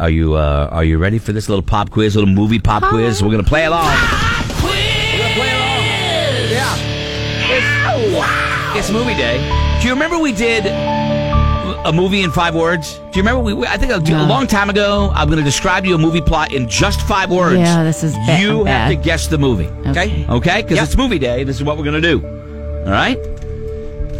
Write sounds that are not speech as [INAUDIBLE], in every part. Are you uh, are you ready for this little pop quiz, little movie pop quiz? We're gonna play along. It's movie day. Do you remember we did a movie in five words? Do you remember we? we- I think a, a No. long time ago. I'm going to describe to you a movie plot in just five words. Yeah, this is ba- You have bad. to guess the movie. Okay. Okay. Okay. Because it's movie day. This is what we're going to do. All right.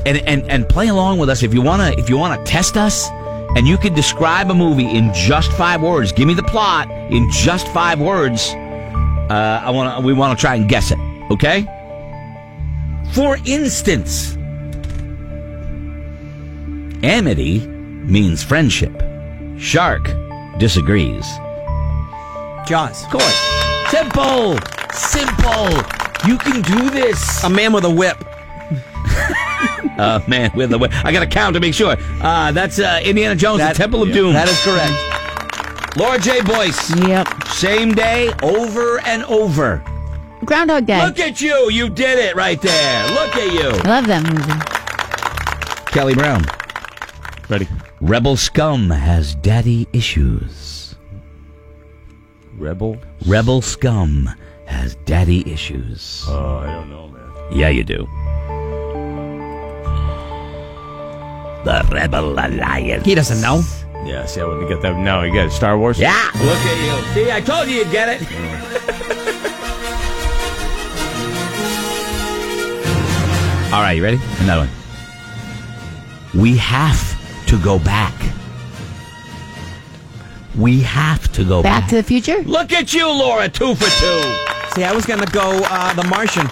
And and and play along with us if you wanna if you wanna test us. And you can describe a movie in just five words. Give me the plot in just five words. Uh, I want to. We want to try and guess it. Okay. For instance, amity means friendship. Shark disagrees. Jaws. Of course. Simple. Simple. You can do this. A man with [LAUGHS] a whip. Uh, man, with the I got to count to make sure. Uh, that's uh, Indiana Jones, That- the Temple of yeah, Doom. That is correct. Laura J. Boyce. Yep. Same day, over and over. Groundhog Day. Look at you. You did it right there. Look at you. I love that movie. Kelly Brown. Ready. Rebel scum has daddy issues. Rebel. Rebel scum has daddy issues. Oh, I don't know, man. Yeah, you do. The Rebel Alliance. He doesn't know. Yeah, see, I wouldn't get that. No, you got it. Star Wars. Yeah, look at you. See, I told you you'd get it. [LAUGHS] All right, you ready? Another one. We have to go back. We have to go back. Back to the Future. Look at you, Laura, two for two. See, I was going to go uh, The Martian.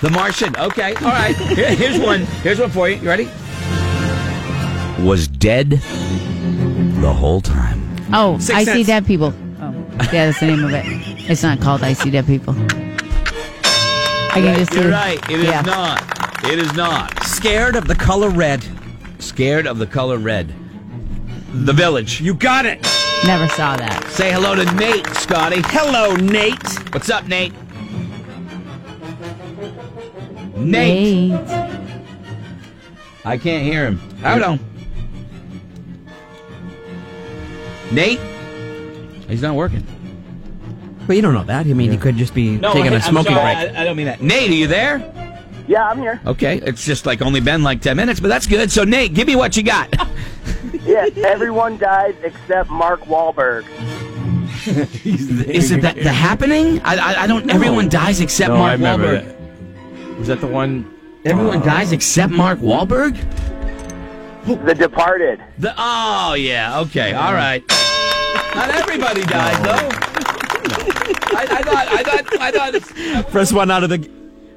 The Martian. Okay. All right. Here- here's one. Here's one for you. You ready? Was dead the whole time. Oh, Sixth I see Sense. dead people. Oh, [LAUGHS] yeah, that's the name of it. It's not called I see dead people. I can just see. You're right. It is yeah. not. It is not. Scared of the color red. Scared of the color red. The village. You got it. Never saw that. Say hello to Nate, Scotty. Hello, Nate. What's up, Nate? Nate. Nate. I can't hear him. Hold on. Nate? He's not working. Well, you don't know that. I mean, he could just be taking a a smoking break. I, I don't mean that. Nate, are you there? Yeah, I'm here. Okay, it's just like only been like 10 minutes, but that's good. So, Nate, give me what you [LAUGHS] got. Yeah, everyone dies except Mark Wahlberg. Is it that the happening? I, I, I don't. Everyone dies except No, I Mark remember Wahlberg. that. Was that the one? Everyone dies except Mark Wahlberg? The Departed. The, oh, yeah, okay, all right. Not everybody dies, though. I, I thought, I thought, I thought, [LAUGHS] First one out of the.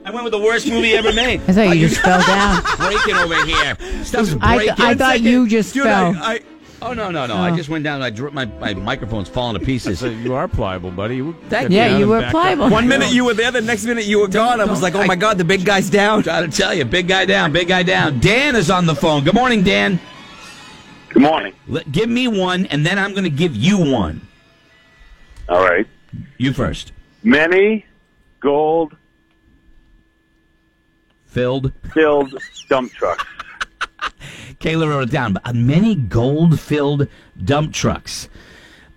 I went with the worst movie ever made. I thought Are you just fell [LAUGHS] down. breaking over here. Stuff's I breaking. I thought you just Dude, fell. I, I, Oh, no, no, no. I just went down and I drew, my, my microphone's falling to pieces. So you are pliable, buddy. You Thank get you. yeah, down you and were back up. pliable. [LAUGHS] one minute you were there, the next minute you were gone. I was like, oh my God, the big guy's down. Trying to tell you, big guy down, big guy down. Dan is on the phone. Good morning, Dan. Good morning. Let, give me one, and then I'm going to give you one. All right. You first. Many gold Filled. filled dump trucks. Kayla wrote it down. But uh, many gold-filled dump trucks.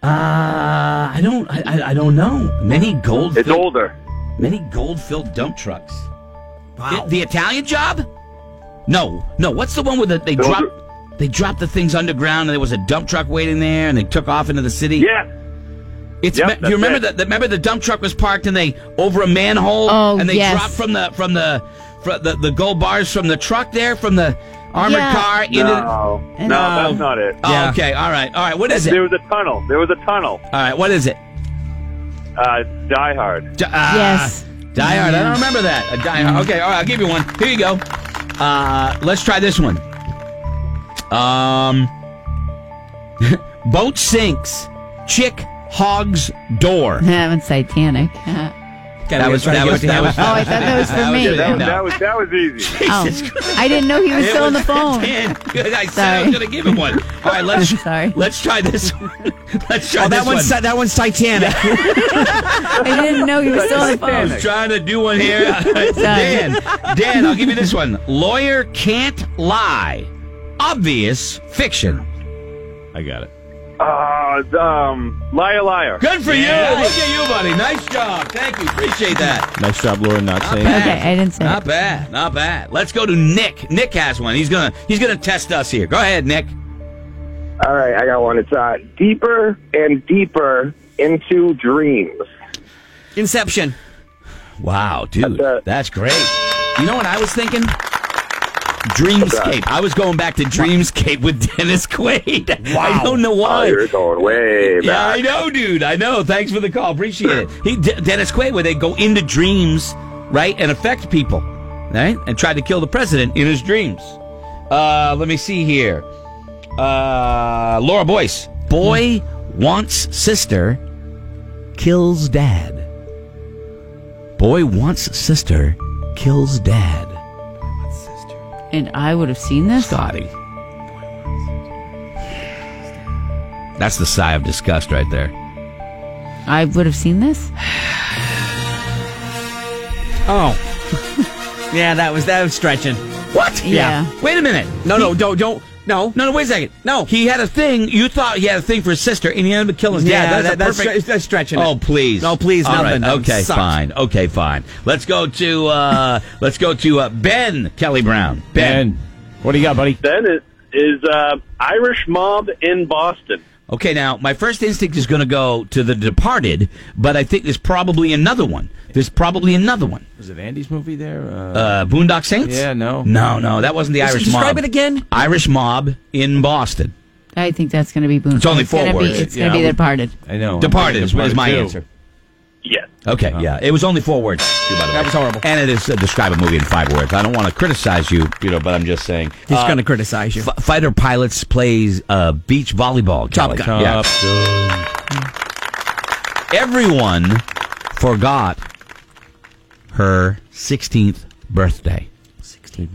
Uh, I don't. I, I, I don't know. Many gold. It's older. Many gold-filled dump trucks. Wow. The, the Italian job? No, no. What's the one where the, they Those dropped? They dropped the things underground, and there was a dump truck waiting there, and they took off into the city. Yeah. It's Yep, me- do that's you remember it. that? that- Remember the dump truck was parked and they over a manhole Oh, and they yes. dropped from the from the from the, the gold bars from the truck there from the armored Yeah. car into. No. No, that's not it. Oh, Yeah. okay. All right. All right. What is it? There was a tunnel. There was a tunnel. All right. What is it? Uh, Die Hard. D- uh, Yes. [LAUGHS] Die Hard. I Mm. don't remember that. A Die Hard. Okay. All right. I'll give you one. Here you go. Uh, let's try this one. Um, [LAUGHS] boat sinks. Chick hogs [LAUGHS] door. I haven't Titanic. That was that was that was. Oh, I [LAUGHS] thought that was for me. That was, No. that was that was [LAUGHS] easy. Jesus Christ. Oh, I didn't know he was still on the phone. [LAUGHS] Dan, good. I said I was Sorry. going to give him one. All right, let's I'm [LAUGHS] sorry. let's try this. [LAUGHS] One. Let's try Oh, this that one's, one. that one's Titanic. I didn't know he was still on the I phone. was trying to do one [LAUGHS] here. [LAUGHS] Dan, Dan, I'll give you this one. Lawyer can't lie. Obvious fiction. I got it. Uh, um, liar, liar. Good for Yeah, you. look at you, buddy. Nice job. Thank you. Appreciate that. Nice job, Laura, not saying bad. Okay, I didn't say Not bad. Not bad. Let's go to Nick. Nick has one. He's gonna he's gonna test us here. Go ahead, Nick. All right, I got one. It's uh, deeper and deeper into dreams. Inception. Wow, dude, That's it. that's great. You know what I was thinking? Dreamscape. I was going back to Dreamscape with Dennis Quaid. [LAUGHS] Wow. I don't know Oh, why. you're going way back. yeah, I know, dude. I know. Thanks for the call. Appreciate it. He, D- Dennis Quaid, where they go into dreams, right, and affect people, right, and tried to kill the president in his dreams. Uh, let me see here. Uh, Laura Boyce. Boy Hmm. wants sister, kills dad. Boy wants sister, kills dad. it. And I would have seen this. Scotty. That's the sigh of disgust right there. I would have seen this. Oh. yeah, that was that was stretching. What? Yeah. Wait a minute. No, no, don't, don't, no. No, no, wait a second. No. He had a thing. You thought he had a thing for his sister, and he ended up killing his dad. Yeah, that- a that's perfect- stre- that's stretching it. Oh, please. No, please, All nothing. That Okay, sucks. fine. Okay, fine. Let's go to uh, let's go to uh, Ben Kelly Brown. Ben. Ben, what do you got, buddy? Then it is uh, Irish mob in Boston. Okay, now my first instinct is going to go to The Departed, but I think there's probably another one. There's probably another one. Was it Andy's movie there? Uh, Uh, Boondock Saints. Yeah, no. no, no. That wasn't the Irish mob. describe it again? Irish mob in Boston. I think that's going to be Boone. It's only four gonna be- words. it's going to Yeah, I be would- Departed. I know. Departed is, is my Departed, too. answer. Yes. Okay, yeah. It was only four words, too, by the way. Uh-huh. That was horrible. And it is uh, describe a movie in five words. I don't want to criticize you, you know, but I'm just saying. He's going to criticize you. F- fighter pilots plays uh, beach volleyball. Kelly. Gun. Yeah. Top gun. Everyone forgot her 16th birthday. 16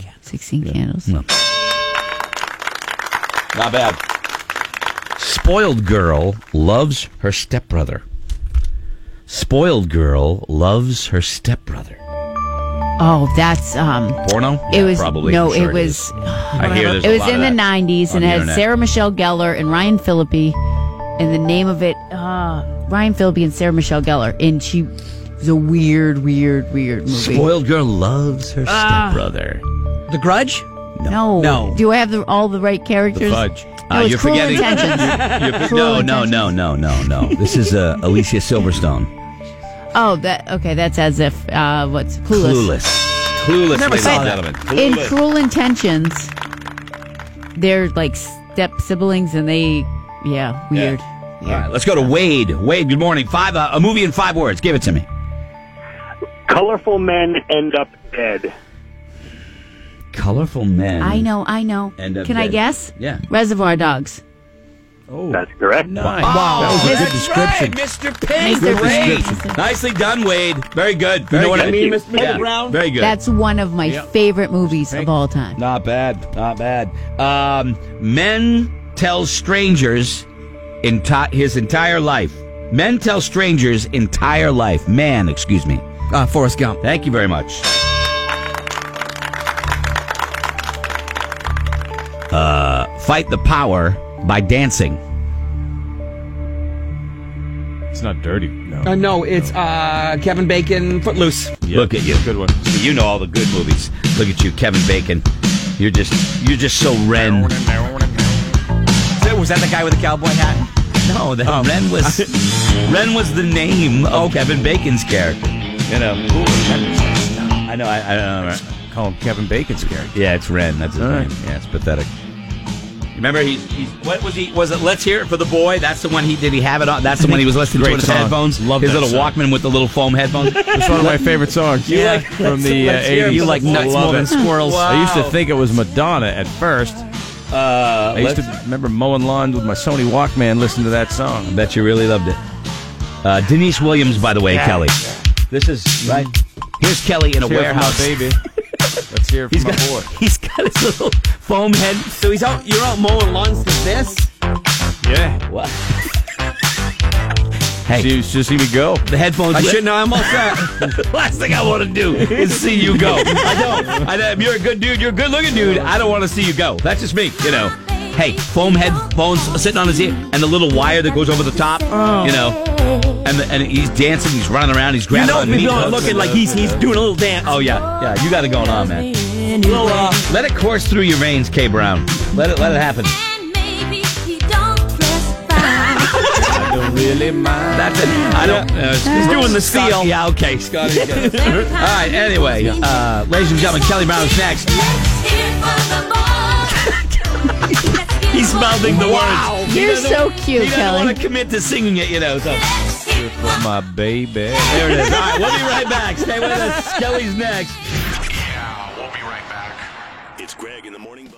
candles. No. Not bad. Spoiled girl loves her stepbrother. Spoiled girl loves her stepbrother. Oh, that's um. Porno? it Yeah, was probably. no, I'm sure it was. uh, is. I hear there's it a was lot in of that the '90s, on and the it had internet. Sarah Michelle Gellar and Ryan Phillippe, and the name of it, uh, Ryan Phillippe and Sarah Michelle Gellar, and she it was a weird, weird, weird movie. Spoiled girl loves her Ah. stepbrother. The Grudge? No, No. Do I have the, all the right characters? fudge. No, Ah, it's you're Cruel forgetting- [LAUGHS] Intentions. no, Cruel no, no, no, no, no. This is uh, Alicia Silverstone. oh, that okay. That's as if uh, what's clueless. Clueless. Clueless, Never ladies saw and that. gentlemen. In Cruel Intentions, they're like step siblings, and they, yeah, weird. All right, let's go to Wade. Wade, good morning. Five, uh, a movie in five words. Give it to me. Colorful men end up dead. Colorful men. I know, I know. End up Can I dead. guess? Yeah. Reservoir Dogs. That's correct. Nice. Wow, That was a good that's description. right, Mr. Pink. Mr. Great. Pink. Nicely done, Wade. Very good. Very know what good. I mean, Mr. Brown? Very good. That's one of my favorite movies of Pink. all time. Not bad. Not bad. Um, men tell strangers enti- his entire life. Men tell strangers entire life. Man, excuse me. Uh, Forrest Gump. Thank you very much. Uh, fight the power by dancing. It's not dirty. No. Uh, no, it's uh, Kevin Bacon, Footloose. Yeah, Look at you. Good one. You know all the good movies. Look at you, Kevin Bacon. You're just you're just so Ren. Was that the guy with the cowboy hat? No, that Ren [LAUGHS] was Ren was the name of Kevin Bacon's character. You know. I know. I, I don't know. Call him Kevin Bacon's character. Yeah, it's Ren. That's his All right. name. Yeah, it's pathetic. Remember, he's, he's what was he? Was it "Let's Hear It for the Boy"? That's the one he did. He have it on. That's the one he was listening to Great in his song. headphones. Love his that little song. Walkman with the little foam headphones. It's one of my favorite songs. You Yeah. like from the uh, Let's hear it. 80s. You like nuts Love more than it. squirrels. I used to Wow. think it was Madonna at first. Uh, I used to remember mowing lawns with my Sony Walkman, listening to that song. bet you really loved it. Uh, Denise Williams, by the way, Kelly. This is right. Here's Kelly in a Let's hear it from my warehouse. baby. Let's hear it He's from my got, boy. [LAUGHS] he's got his little foam head. So he's out, you're out mowing lawns to this? [LAUGHS] Yeah. [LAUGHS] What? hey, She was just even go. the headphones. I shouldn't know. [LAUGHS] I'm all set. Last thing I want to do is see you [LAUGHS] go. I don't. I, don't- if you're a good dude, you're a good looking dude. I don't want to see you go. That's just me, you know. Hey, foam head phones sitting on his ear, and the little wire that goes over the top. You know, and the, and he's dancing, he's running around, he's You grabbing. know, underneath people are hooks. looking like he's he's doing a little dance. Oh yeah, yeah. You got it going on, man. Little, uh, Let it course through your veins, K Brown. Let it let it happen. And maybe he don't dress fine. That's it. I don't. Uh, he's doing the seal. Yeah. Okay, Scotty. [LAUGHS] All right. Anyway, uh, ladies and gentlemen, Kelly Brown's next. Let's hear it for the [LAUGHS] boy. Let's hear he's for mouthing the words. He You're doesn't- so cute, He doesn't Kelly. want to commit to singing it, you know. So Let's hear it for My baby. there it is. All right, we'll be right back. Stay with us. Kelly's next. Yeah, we'll be right back. It's Greg in the morning buzz.